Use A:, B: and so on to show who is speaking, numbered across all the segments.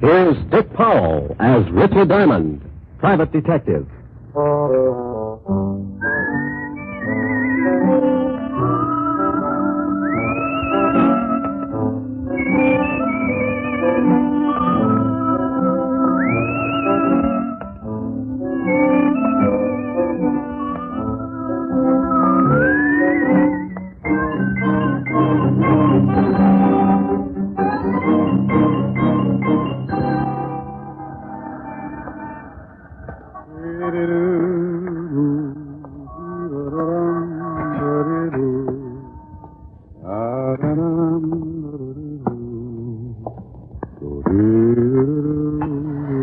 A: Here's Dick Powell as Richard Diamond, private detective.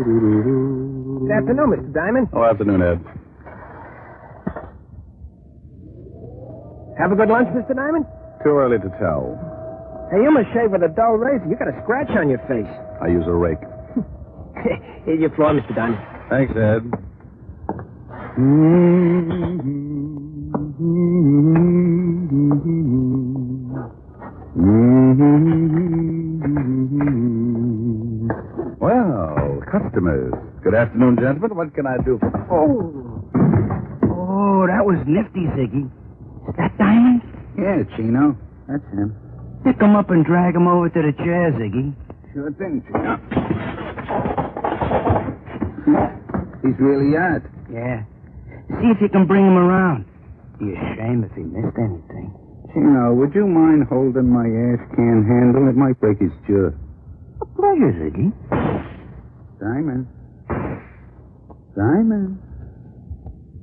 B: Good afternoon, Mr. Diamond.
C: Oh, afternoon, Ed.
B: Have a good lunch, Mr. Diamond.
C: Too early to tell.
B: Hey, you must shave with a dull razor. You got a scratch on your face.
C: I use a rake.
B: Here's your floor, Mr. Diamond.
C: Thanks, Ed. Well, customers. Good afternoon, gentlemen. What can I do for
B: Oh. Oh, that was nifty, Ziggy. That diamond?
C: Yeah, Chino. That's him.
B: Pick him up and drag him over to the chair, Ziggy.
C: Sure thing, Chino. He's really out.
B: Yeah. See if you can bring him around. Be a shame if he missed anything.
C: Chino, would you mind holding my ash can handle? It might break his jaw.
B: A pleasure, Ziggy.
C: Diamond. Diamond.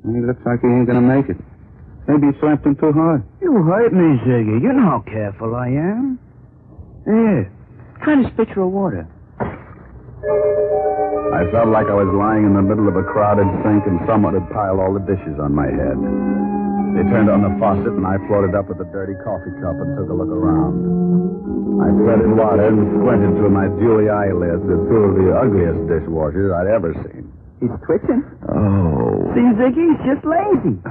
C: He looks like he ain't gonna make it. Maybe you slapped him too hard.
B: You hurt me, Ziggy. You know how careful I am. There. Try to spit your water.
C: I felt like I was lying in the middle of a crowded sink and someone had piled all the dishes on my head. They turned on the faucet and I floated up with a dirty coffee cup and took a look around. I treaded water and squinted through my dewy eyelids at two of the ugliest dishwashers I'd ever seen.
B: He's twitching.
C: Oh.
B: See, Ziggy, he's just lazy.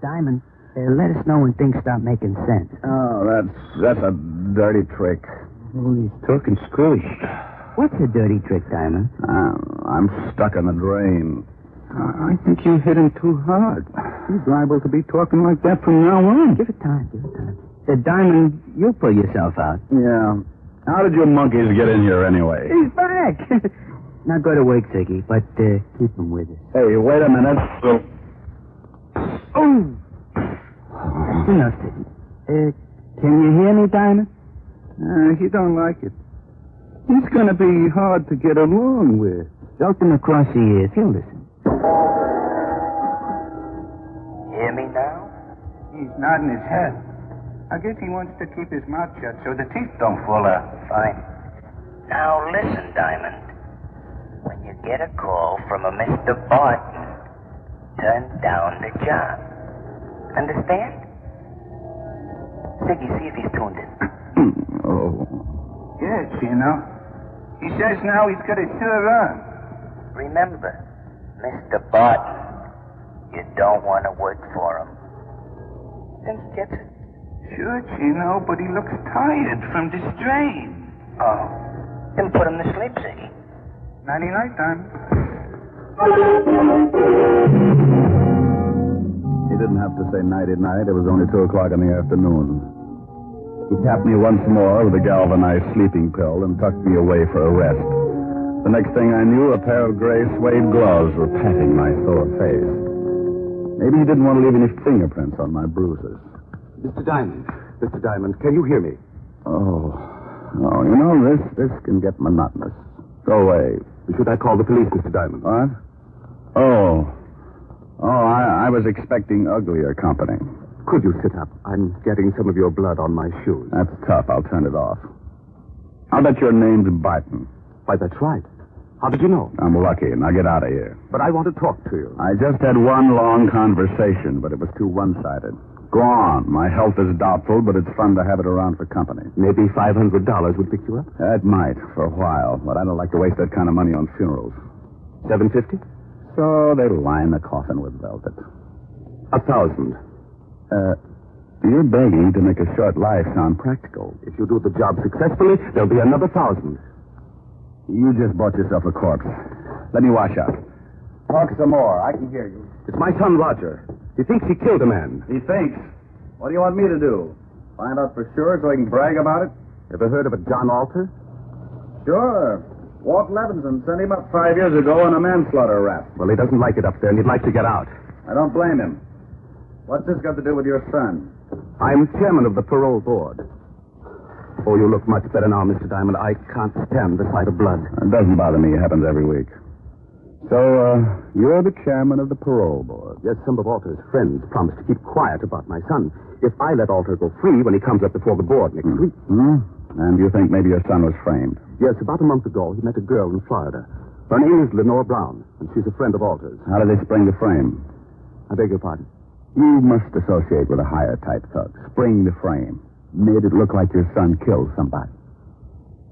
B: Diamond, uh, let us know when things start making sense.
C: Oh, that's that's a dirty trick.
B: Holy...
C: Talking squish.
B: What's a dirty trick, Diamond?
C: Uh, I'm stuck in the drain. I think you hit him too hard. He's liable to be talking like that from now on.
B: Give it time, give it time. Uh, Diamond, you'll pull yourself out.
C: Yeah. How did your monkeys get in here anyway?
B: He's back. now go to work, Ziggy, but uh, keep him with us.
C: Hey, wait a minute.
B: Oh! You know, Ziggy. Uh, can you hear me, Diamond?
C: Uh, he don't like it. He's gonna be hard to get along with.
B: Jolt him across the ears. He'll listen.
D: Hear me now?
E: He's nodding his head. I guess he wants to keep his mouth shut so the teeth don't fall out.
D: Fine. Now listen, Diamond. When you get a call from a Mr. Barton, turn down the job. Understand? Ziggy, see if he's tuned in.
C: oh.
E: Yes, you know. He says now he's got a sure arm.
D: Remember, Mr. Barton, you don't want to work for him. Think he gets it?
E: Sure, Chino, but he looks tired from the strain.
D: Oh. Then put him to sleep, Ziggy.
E: Nighty night time.
C: He didn't have to say nighty night. It was only two o'clock in the afternoon. He tapped me once more with a galvanized sleeping pill and tucked me away for a rest. The next thing I knew, a pair of gray suede gloves were patting my sore face. Maybe he didn't want to leave any fingerprints on my bruises.
A: Mr. Diamond, Mr. Diamond, can you hear me?
C: Oh, oh, you know this this can get monotonous. Go away.
A: Should I call the police, Mr. Diamond?
C: What? Oh, oh, I, I was expecting uglier company.
A: Could you sit up? I'm getting some of your blood on my shoes.
C: That's tough. I'll turn it off. I'll bet your name's Barton.
A: Why, that's right. How did you know?
C: I'm lucky. Now get out of here.
A: But I want to talk to you.
C: I just had one long conversation, but it was too one-sided. Go on. My health is doubtful, but it's fun to have it around for company.
A: Maybe $500 would pick you up.
C: That might for a while, but I don't like to waste that kind of money on funerals.
A: 750
C: So they line the coffin with velvet.
A: A thousand.
C: Uh, you're begging to make a short life sound practical.
A: If you do the job successfully, there'll be another thousand.
C: You just bought yourself a corpse. Let me wash up. Talk some more. I can hear you.
A: It's my son, Roger. He thinks he killed a man.
C: He thinks. What do you want me to do? Find out for sure so I can brag about it?
A: Ever heard of a John Alter?
C: Sure. Walt Levinson sent him up five years ago on a manslaughter rap.
A: Well, he doesn't like it up there, and he'd like to get out.
C: I don't blame him. What's this got to do with your son?
A: I'm chairman of the parole board. Oh, you look much better now, Mr. Diamond. I can't stand the sight of blood.
C: It doesn't bother me. It happens every week. So, uh, you're the chairman of the parole board.
A: Yes, some of Alter's friends promised to keep quiet about my son if I let Alter go free when he comes up before the board next week.
C: Hmm? And you think maybe your son was framed?
A: Yes, about a month ago, he met a girl in Florida. Her name is Lenore Brown, and she's a friend of Alter's.
C: How did they spring the frame?
A: I beg your pardon.
C: You must associate with a higher type thug. Spring the frame. Made it look like your son killed somebody.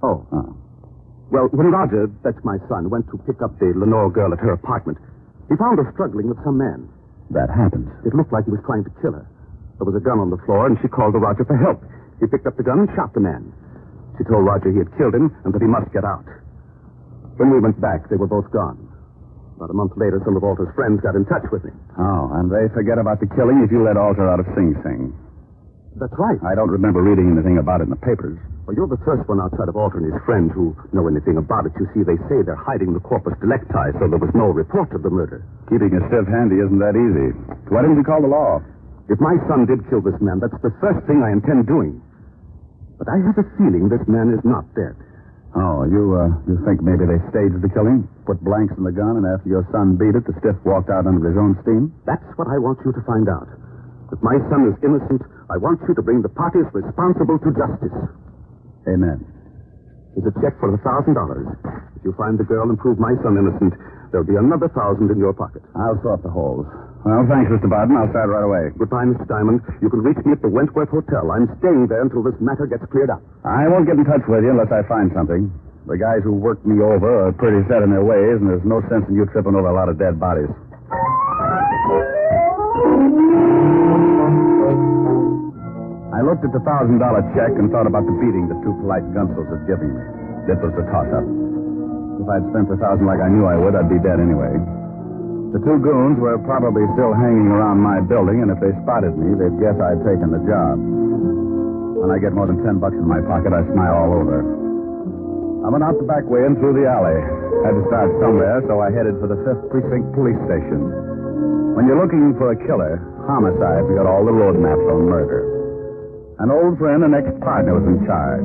A: Oh.
C: Oh.
A: Well, when Roger, that's my son, went to pick up the Lenore girl at her apartment, he found her struggling with some man.
C: That happens.
A: It looked like he was trying to kill her. There was a gun on the floor, and she called to Roger for help. He picked up the gun and shot the man. She told Roger he had killed him and that he must get out. When we went back, they were both gone. About a month later, some of Walter's friends got in touch with me.
C: Oh, and they forget about the killing if you let Alter out of Sing Sing.
A: That's right.
C: I don't remember reading anything about it in the papers.
A: Well, you're the first one outside of Alter and his friends who know anything about it. You see, they say they're hiding the corpus delicti, so there was no report of the murder.
C: Keeping a stiff handy isn't that easy. Why didn't you call the law?
A: If my son did kill this man, that's the first thing I intend doing. But I have a feeling this man is not dead.
C: Oh, you uh, you think maybe they staged the killing, put blanks in the gun, and after your son beat it, the stiff walked out under his own steam?
A: That's what I want you to find out. If my son is innocent, I want you to bring the parties responsible to justice.
C: Amen.
A: There's a check for a thousand dollars. If you find the girl and prove my son innocent, there'll be another thousand in your pocket.
C: I'll sort the holes. Well, thanks, Mr. Barton. I'll start right away.
A: Goodbye, Mr. Diamond. You can reach me at the Wentworth Hotel. I'm staying there until this matter gets cleared up.
C: I won't get in touch with you unless I find something. The guys who worked me over are pretty set in their ways, and there's no sense in you tripping over a lot of dead bodies. I looked at the thousand dollar check and thought about the beating the two polite gunsels had given me. This was a toss up. If I'd spent the thousand like I knew I would, I'd be dead anyway. The two goons were probably still hanging around my building, and if they spotted me, they'd guess I'd taken the job. When I get more than ten bucks in my pocket, I smile all over. I went out the back way and through the alley. Had to start somewhere, so I headed for the 5th Precinct Police Station. When you're looking for a killer, homicide's got all the road maps on murder. An old friend and ex-partner was in charge.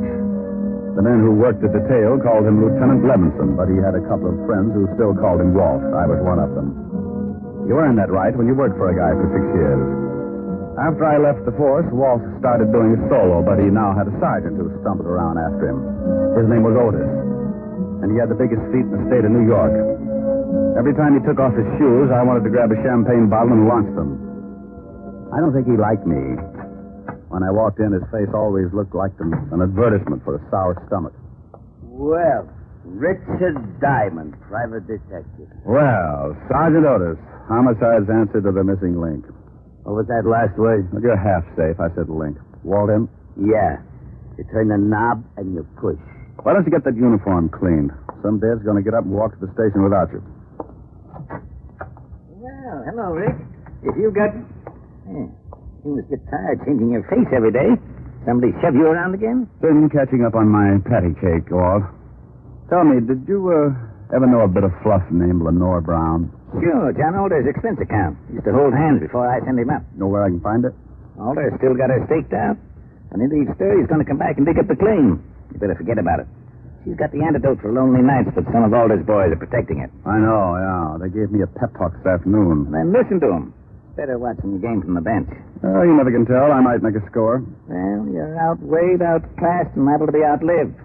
C: The man who worked the detail called him Lieutenant Levinson, but he had a couple of friends who still called him Walt. I was one of them. You earn that right when you work for a guy for six years. After I left the force, Walt started doing his solo, but he now had a sergeant who stumbled around after him. His name was Otis, and he had the biggest feet in the state of New York. Every time he took off his shoes, I wanted to grab a champagne bottle and launch them. I don't think he liked me. When I walked in, his face always looked like an an advertisement for a sour stomach.
F: Well, Richard Diamond, private detective.
C: Well, Sergeant Otis, homicide's answer to the missing link.
F: What was that last word?
C: Well, you're half safe. I said link. Walt in.
F: Yeah. You turn the knob and you push.
C: Why don't you get that uniform cleaned? Some dad's going to get up and walk to the station without you.
F: Well, hello, Rick. If you got. Hmm. You must get tired changing your face every day. Somebody shove you around again?
C: Been catching up on my patty cake, Walt. Tell me, did you uh, ever know a bit of fluff named Lenore Brown?
F: Sure, John Alder's expense account. Used to hold hands before I sent him up.
C: Know where I can find it?
F: Alder's still got her staked out. When he leaves stir, he's going to come back and dig up the claim. You better forget about it. She's got the antidote for lonely nights, but some of Alder's boys are protecting it.
C: I know, yeah. They gave me a pep talk this afternoon.
F: Then listen to him. Better watching the game from the bench.
C: Oh, you never can tell. I might make a score.
F: Well, you're outweighed, outclassed, and liable to be outlived.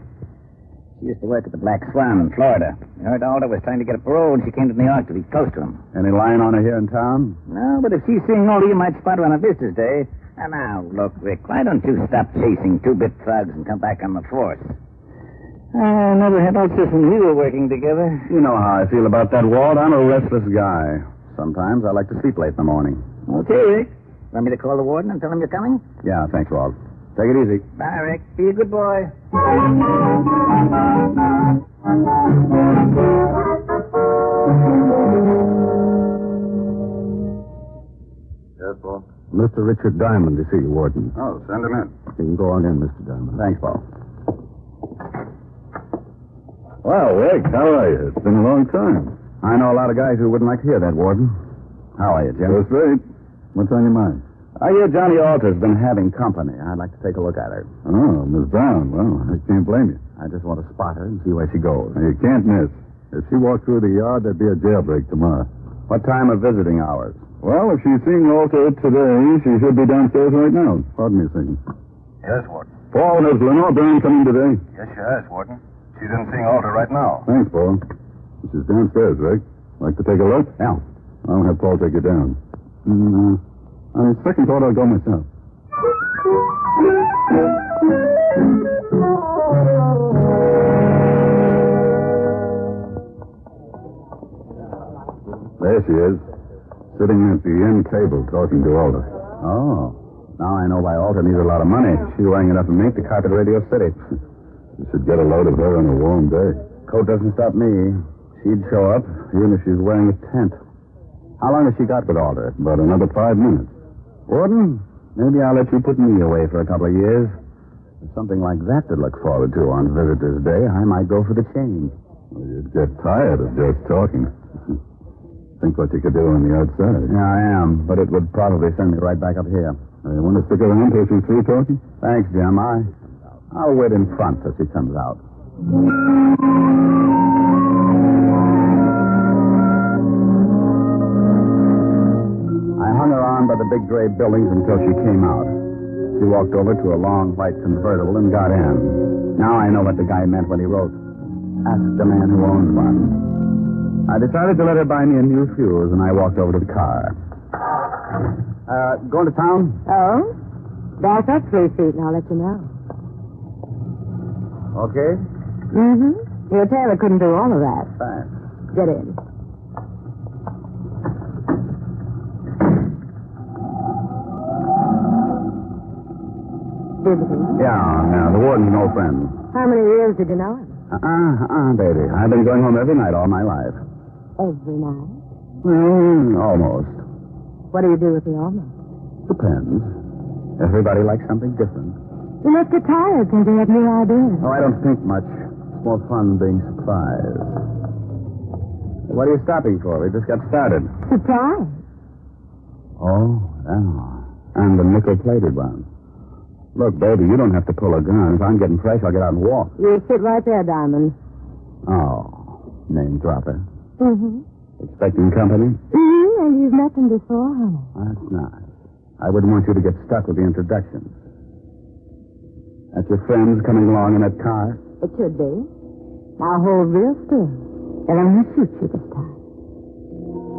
F: She used to work at the Black Swan in Florida. I heard Alder was trying to get a parole, and she came to New York to be close to him.
C: Any line on her here in town?
F: No, but if she's seeing Alder, you might spot her on a business day. And now, look, Rick, why don't you stop chasing two-bit thugs and come back on the force? I Uh, never had Alter when we were working together.
C: You know how I feel about that, Walt. I'm a restless guy. Sometimes I like to sleep late in the morning.
F: Okay, Rick. Want me to call the warden and tell him you're coming?
C: Yeah, thanks, Walt. Take it easy.
F: Bye, Rick. Be a good boy.
E: Yes, Paul.
C: Mr. Richard Diamond to see you, Warden.
E: Oh, send him in.
C: You can go on in, Mr. Diamond.
G: Thanks, Paul. Well, Rick, how are you? It's been a long time.
C: I know a lot of guys who wouldn't like to hear that, Warden.
G: How are you, Jim? That's right. What's on your mind?
C: I hear Uh, Johnny Alter's been having company. I'd like to take a look at her.
G: Oh, Miss Brown. Well, I can't blame you.
C: I just want to spot her and see where she goes.
G: You can't miss. If she walked through the yard, there'd be a jailbreak tomorrow.
C: What time are visiting hours?
G: Well, if she's seeing Walter today, she should be downstairs right now. Pardon me a second.
E: Yes, Warden.
G: Paul, has Lenore Brown coming today?
E: Yes, she has, Warden. She's in seeing Alder right now.
G: Thanks, Paul. She's downstairs, Rick. Like to take a look?
C: Yeah.
G: I'll have Paul take you down. Mm, uh, on second thought, I'll go myself. There she is, sitting at the end table talking to Alda.
C: Oh. Now I know why Alter needs a lot of money. She's wearing enough mink to carpet Radio City.
G: You should get a load of her on a warm day.
C: Coat doesn't stop me. She'd show up, even if she's wearing a tent. How long has she got with Alder?
G: About another five minutes.
C: Warden, maybe I'll let you put me away for a couple of years. With something like that to look forward to on Visitor's Day, I might go for the change.
G: Well, you'd get tired of just talking. Think what you could do on the outside.
C: Yeah, I am, but it would probably send me right back up here.
G: Uh, You want to stick around till she's through talking?
C: Thanks, Jim. I, I'll wait in front till she comes out. I hung around by the big gray buildings until she came out. She walked over to a long white convertible and got in. Now I know what the guy meant when he wrote, Ask the man who owns one. I decided to let her buy me a new fuse, and I walked over to the car. Uh, going to town?
H: Oh? Back up three feet and I'll let you know.
C: Okay.
H: Mm-hmm. Your tailor couldn't do all of that.
C: Thanks.
H: Get in. Dibson,
C: Yeah, yeah, the warden's an old friend.
H: how many years did you know him?
C: Uh-uh, uh-uh, baby. I've been going home every night all my life.
H: Every night.
C: Mm, almost.
H: What do you do with the almond?
C: Depends. Everybody likes something different.
H: You must get tired since you had new ideas.
C: Oh, I don't think much. It's more fun being surprised. What are you stopping for? We just got started.
H: Surprise.
C: Oh, yeah. And the nickel-plated one. Look, baby, you don't have to pull a gun. If I'm getting fresh, I'll get out and walk.
H: You sit right there, Diamond.
C: Oh, name dropper.
H: Mm-hmm.
C: Expecting company?
H: Mm-hmm. And you've met them before, honey.
C: That's nice. I wouldn't want you to get stuck with the introductions. That's your friends coming along in that car?
H: It should be. Now hold real still. And I'm going to shoot you this time.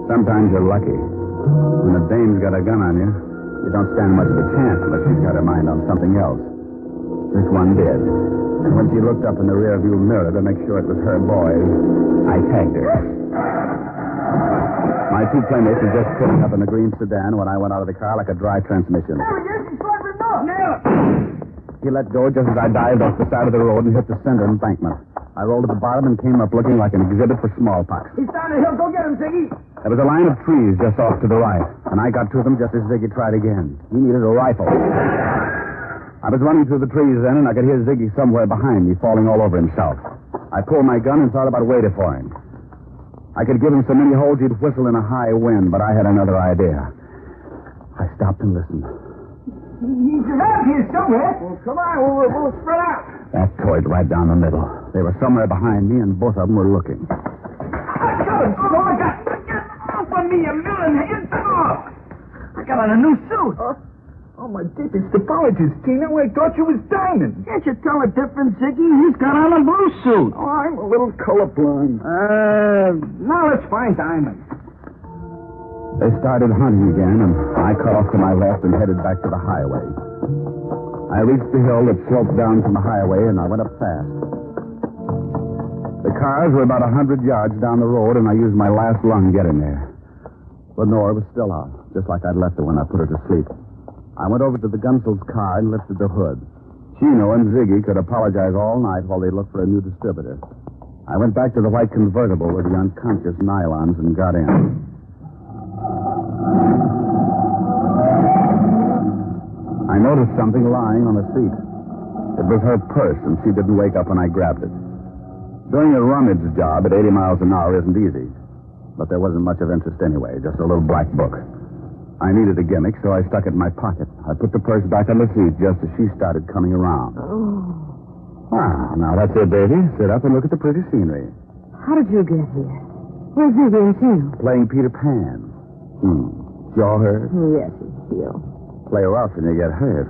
C: Sometimes you're lucky. When a dame's got a gun on you, you don't stand much of a chance unless she's got her mind on something else. This one did. And when she looked up in the rearview mirror to make sure it was her boys, I tagged her. My two playmates had just pulled up in the green sedan when I went out of the car like a dry transmission. He let go just as I dived off the side of the road and hit the center embankment. I rolled to the bottom and came up looking like an exhibit for smallpox. There was a line of trees just off to the right, and I got to them just as Ziggy tried again. He needed a rifle. I was running through the trees then, and I could hear Ziggy somewhere behind me falling all over himself. I pulled my gun and thought about waiting for him. I could give him so many holes he'd whistle in a high wind, but I had another idea. I stopped and listened. He's around here somewhere. Well, come on, we'll, spread out. That toyed right down the middle. They were somewhere behind me, and both of them were looking. They started hunting again, and I cut off to my left and headed back to the highway. I reached the hill that sloped down from the highway, and I went up fast. The cars were about a hundred yards down the road, and I used my last lung getting there. Lenore was still out, just like I'd left her when I put her to sleep. I went over to the gunsel's car and lifted the hood. Chino and Ziggy could apologize all night while they looked for a new distributor. I went back to the white convertible with the unconscious nylons and got in. I noticed something lying on the seat. It was her purse, and she didn't wake up when I grabbed it. Doing a rummage job at 80 miles an hour isn't easy, but there wasn't much of interest anyway, just a little black book. I needed a gimmick, so I stuck it in my pocket. I put the purse back on the seat just as she started coming around.
H: Oh,
C: Ah, now that's it, baby. Sit up and look at the pretty scenery.
H: how did you get here? Where's Ziggy and Chino?
C: Playing Peter Pan. Hmm. Y'all heard?
H: Yes, it's you.
C: Play rough and you get hurt.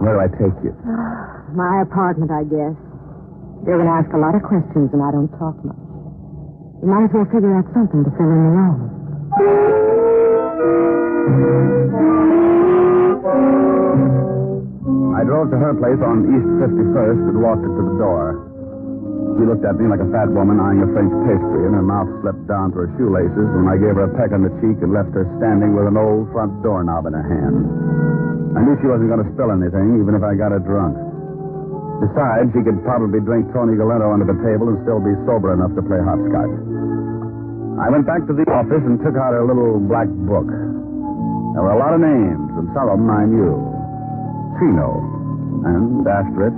C: Where do I take you?
H: My apartment, I guess. They're going to ask a lot of questions, and I don't talk much. You might as well figure out something to fill in the wrong.
C: I drove to her place on East 51st and walked her to the door. She looked at me like a fat woman eyeing a French pastry, and her mouth slipped down to her shoelaces when I gave her a peck on the cheek and left her standing with an old front doorknob in her hand. I knew she wasn't going to spill anything, even if I got her drunk. Besides, she could probably drink Tony Galeno under the table and still be sober enough to play hopscotch. I went back to the office and took out her little black book. There were a lot of names, and some of them I knew. Chino. And after it,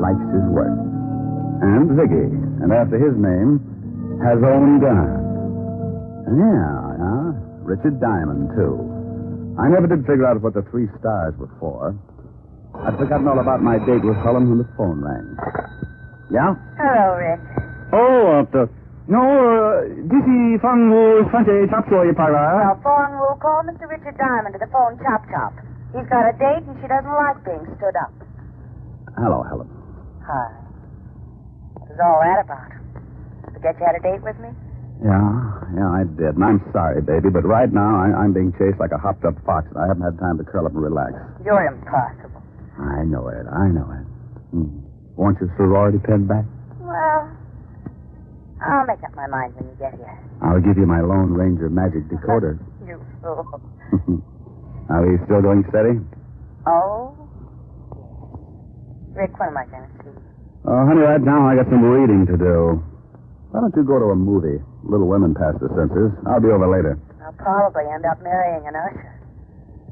C: likes his work. And Ziggy. And after his name, has own gun. Yeah, yeah. Richard Diamond, too. I never did figure out what the three stars were for. I'd forgotten all about my date with Helen when the phone rang. Yeah?
I: Hello, Rick.
B: Oh, after. No, uh, this is from the Sunday Chop Soy Para.
I: Now, phone will call Mr. Richard Diamond to the phone chop chop. He's got a date and she doesn't like being stood up.
C: Hello, Helen.
I: Hi. What is all that about? Forget you had a date with me?
C: Yeah, yeah, I did. And I'm sorry, baby, but right now I, I'm being chased like a hopped up fox, and I haven't had time to curl up and relax.
I: You're impossible.
C: I know it. I know it. Hmm. Want your sorority pin back?
I: Well, I'll make up my mind when you get here.
C: I'll give you my Lone Ranger magic decoder.
I: You fool.
C: Are we still going steady?
I: Oh? Rick, when am I going to see you?
C: Oh, honey, right now I got some reading to do. Why don't you go to a movie? Little Women past the censors. I'll be over later.
I: I'll probably end up marrying an usher.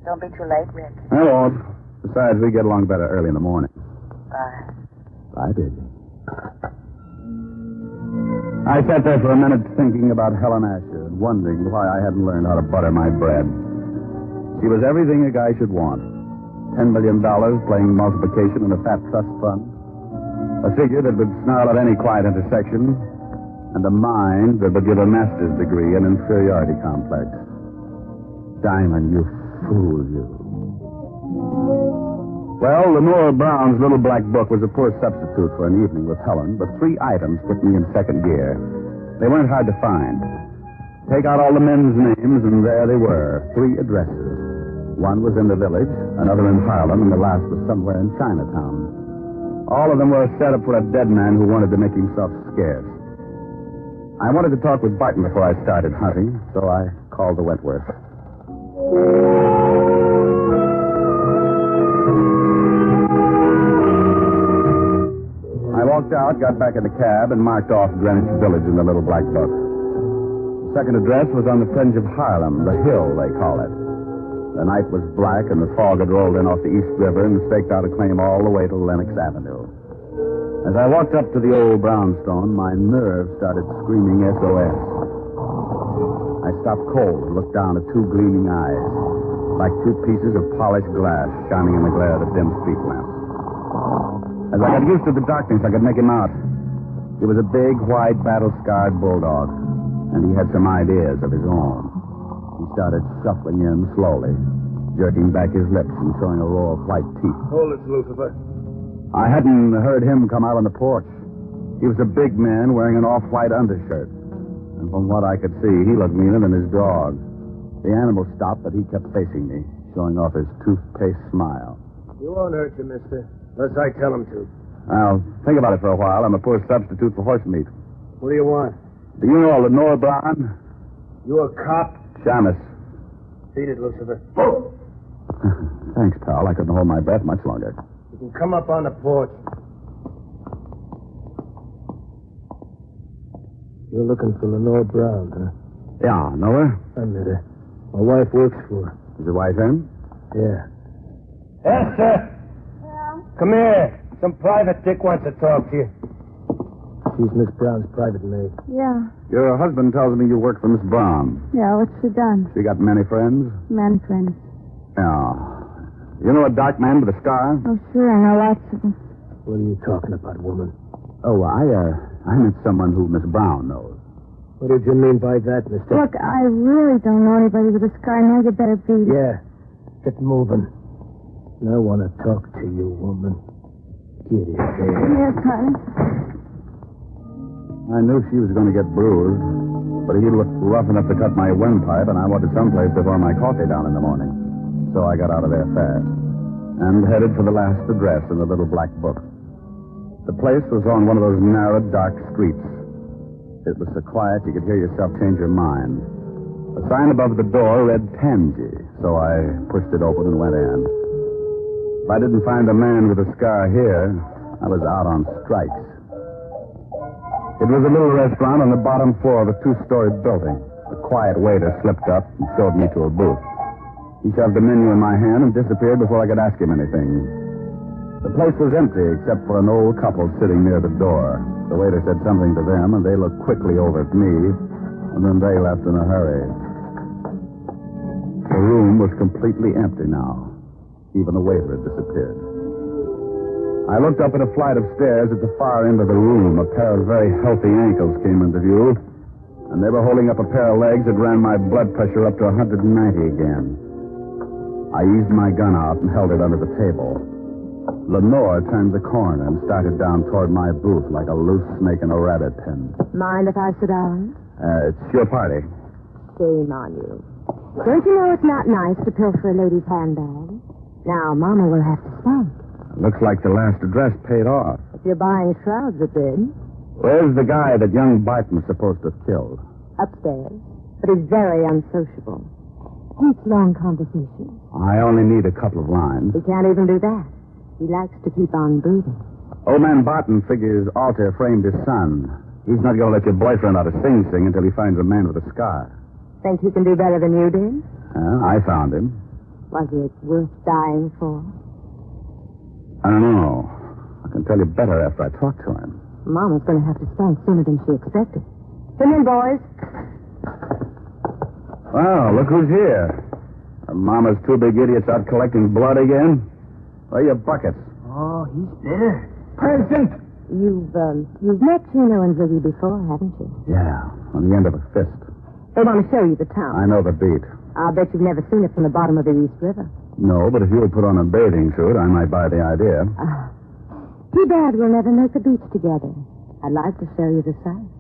I: Don't be too late, Rick.
C: I won't. Besides, we get along better early in the morning.
I: Bye.
C: I did. I sat there for a minute thinking about Helen Asher and wondering why I hadn't learned how to butter my bread. She was everything a guy should want. Ten million dollars playing multiplication in a fat trust fund. A figure that would snarl at any quiet intersection. And a mind that would give a master's degree in inferiority complex. Diamond, you fool, you. Well, Lenora Brown's little black book was a poor substitute for an evening with Helen, but three items put me in second gear. They weren't hard to find. Take out all the men's names, and there they were three addresses. One was in the village, another in Harlem, and the last was somewhere in Chinatown. All of them were set up for a dead man who wanted to make himself scarce. I wanted to talk with Barton before I started hunting, so I called the Wentworth. I walked out, got back in the cab, and marked off Greenwich Village in the little black book. The second address was on the fringe of Harlem, the hill, they call it. The night was black, and the fog had rolled in off the East River and staked out a claim all the way to Lenox Avenue. As I walked up to the old brownstone, my nerves started screaming SOS. I stopped cold and looked down at two gleaming eyes, like two pieces of polished glass shining in the glare of the dim street lamp. As I got used to the darkness, I could make him out. He was a big, wide, battle-scarred bulldog, and he had some ideas of his own. He started shuffling in slowly, jerking back his lips and showing a row of white teeth.
J: Hold it, Lucifer.
C: I hadn't heard him come out on the porch. He was a big man wearing an off-white undershirt. And from what I could see, he looked meaner than his dog. The animal stopped, but he kept facing me, showing off his toothpaste smile.
J: He won't hurt you, mister. Unless I tell him to.
C: Now, think about it for a while. I'm a poor substitute for horse meat.
J: What do you want?
C: Do you know Lenore Brown?
J: You a cop?
C: Shamus.
J: Beat it, Lucifer.
C: Thanks, pal. I couldn't hold my breath much longer.
J: You can come up on the porch. You're looking for Lenore Brown, huh?
A: Yeah, know her?
J: I met her. My wife works for her.
A: Is your wife in?
J: Yeah. Esther! Come here. Some private dick wants to talk to you. She's Miss Brown's private maid.
K: Yeah.
C: Your husband tells me you work for Miss Brown.
K: Yeah, what's she done?
C: She got many friends?
K: Man friends.
C: Yeah. You know a dark man with a scar?
K: Oh, sure, I know lots of them.
J: What are you talking about, woman?
C: Oh, I, uh, I met someone who Miss Brown knows.
J: What did you mean by that, mister?
K: Look, I really don't know anybody with a scar. Now you better be.
J: Yeah. Get moving. I want to talk to you, woman. Get it there.
K: Yes, honey.
C: I knew she was going to get bruised, but he looked rough enough to cut my windpipe, and I wanted someplace to pour my coffee down in the morning. So I got out of there fast and headed for the last address in the little black book. The place was on one of those narrow, dark streets. It was so quiet you could hear yourself change your mind. A sign above the door read Tangy, so I pushed it open and went in. If I didn't find a man with a scar here, I was out on strikes. It was a little restaurant on the bottom floor of a two-story building. A quiet waiter slipped up and showed me to a booth. He shoved a menu in my hand and disappeared before I could ask him anything. The place was empty except for an old couple sitting near the door. The waiter said something to them, and they looked quickly over at me, and then they left in a hurry. The room was completely empty now. Even the waiter had disappeared. I looked up at a flight of stairs at the far end of the room. A pair of very healthy ankles came into view, and they were holding up a pair of legs that ran my blood pressure up to 190 again. I eased my gun out and held it under the table. Lenore turned the corner and started down toward my booth like a loose snake in a rabbit pen.
H: Mind if I sit down?
C: Uh, it's your party.
H: Shame on you. Don't you know it's not nice to pilfer a lady's handbag? Now, Mama will have to spank.
C: Looks like the last address paid off.
H: If you're buying shrouds, it did.
C: Where's the guy that young Barton was supposed to have killed?
H: Upstairs. But he's very unsociable. Hates long conversations.
C: I only need a couple of lines.
H: He can't even do that. He likes to keep on breathing.
C: Old man Barton figures Alter framed his son. He's not going to let your boyfriend out of Sing Sing until he finds a man with a scar.
H: Think he can do better than you did?
C: Well, I found him.
H: Was it worth dying for?
C: I don't know. I can tell you better after I talk to him.
H: Mama's going to have to stand sooner than she expected. Come in, boys.
C: Well, look who's here. Are Mama's two big idiots out collecting blood again? Where are your buckets?
J: Oh, he's there. Present!
H: You've um, you've met Chino and Ziggy before, haven't you?
C: Yeah, on the end of a fist.
H: They want to show you the town.
C: I know the beat.
H: I'll bet you've never seen it from the bottom of the East River.
C: No, but if you'll put on a bathing suit, I might buy the idea.
H: Ah, too bad we'll never make the beach together. I'd like to show you the sights.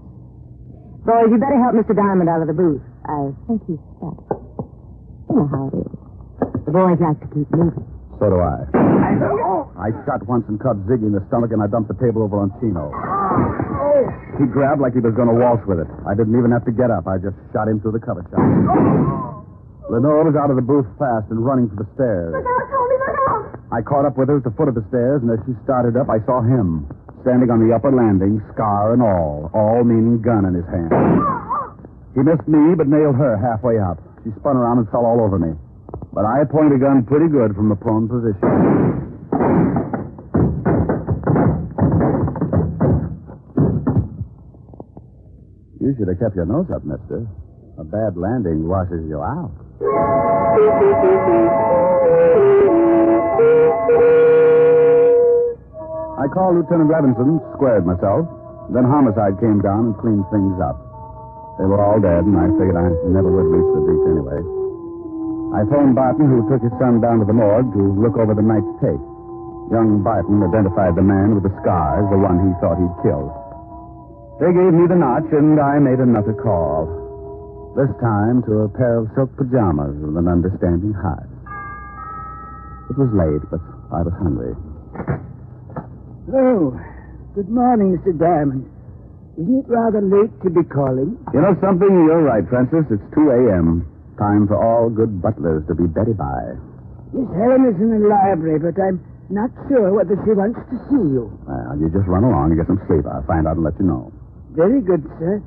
H: Boys, you better help Mr. Diamond out of the booth. I think he's stuck. You know how it is. The boys like to keep moving.
C: So do I. I shot once and caught Ziggy in the stomach, and I dumped the table over on Chino. He grabbed like he was going to waltz with it. I didn't even have to get up. I just shot him through the cover shot. Lenore was out of the booth fast and running for the stairs. I caught up with her at the foot of the stairs, and as she started up, I saw him standing on the upper landing, scar and all, all meaning gun in his hand. He missed me, but nailed her halfway up. She spun around and fell all over me. But I pointed a gun pretty good from a prone position. You should have kept your nose up, mister. A bad landing washes you out. I called Lieutenant Robinson, squared myself. Then homicide came down and cleaned things up. They were all dead, and I figured I never would reach the beach anyway. I phoned Barton, who took his son down to the morgue to look over the night's tape. Young Barton identified the man with the scars, the one he thought he'd killed. They gave me the notch, and I made another call. This time to a pair of silk pajamas with an understanding heart. It was late, but I was hungry.
L: Hello. Good morning, Mr. Diamond. Isn't it rather late to be calling?
C: You know something? You're right, Francis. It's 2 a.m. Time for all good butlers to be bedded by.
L: Miss Helen is in the library, but I'm
F: Not sure whether she wants to see you.
C: Well, you just run along and get some sleep. I'll find out and let you know.
F: Very good, sir.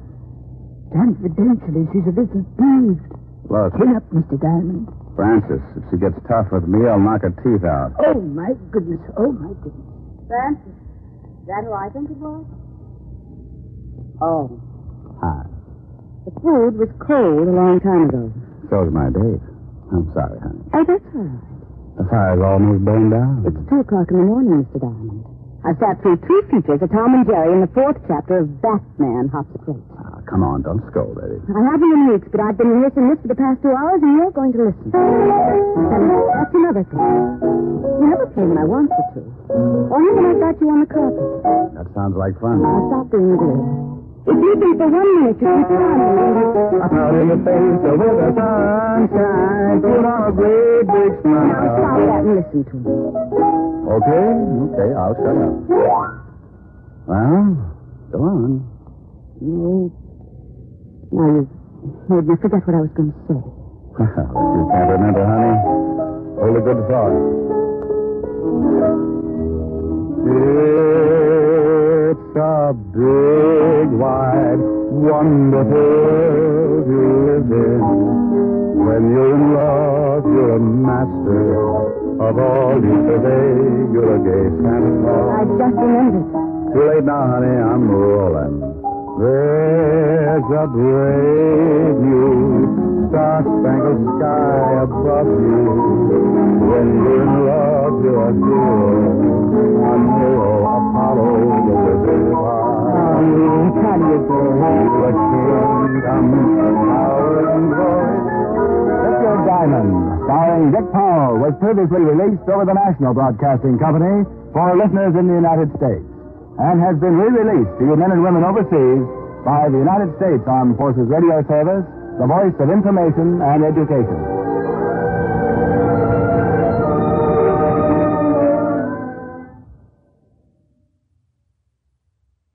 F: Confidentially, she's a bit confused.
C: Look,
F: Chin up, Mr. Diamond.
C: Francis, if she gets tough with me, I'll knock her teeth out.
F: Oh, my goodness. Oh, my goodness.
H: Francis, is that who I think it was?
F: Oh.
C: Hi.
H: The food was cold a long time ago.
C: So's my date. I'm sorry, honey.
H: Oh, that's all right.
C: The fire's almost burned down.
H: It's two o'clock in the morning, Mr. Diamond. I sat through two features of Tom and Jerry in the fourth chapter of Batman Hops a Crate.
C: Now, ah, come on, don't scold, Eddie.
H: I haven't in weeks, but I've been rehearsing this for the past two hours, and you're going to listen. And that's another thing. You never came when I wanted you to. Only when I got you on the carpet.
C: That sounds like fun.
H: I stopped doing good. If you be for one minute, you keep on.
C: Out in your face over the sunshine, put on a great big
H: Now stop that and listen to me.
C: Okay, okay, I'll shut up. Well, go on.
H: No. Oh. Now you made me forget what I was going to say.
C: Well, if you can't remember, honey, hold a good thought. It's a big, wide, wonderful world you live in. When you're in love, you're a master of all you survey. You're a gay Santa
H: I
C: Claus.
H: just remembered.
C: Too late now, honey. I'm rolling. There's a brave new star-spangled sky above you. When you're in love, you're a hero. A hero, Apollo, the wizard of Oz. How do you do? The king comes towering voice. Little Diamond, starring Dick Powell, was previously released over the National Broadcasting Company for listeners in the United States and has been re-released to you men and women overseas by the United States Armed Forces Radio Service, the voice of information and education.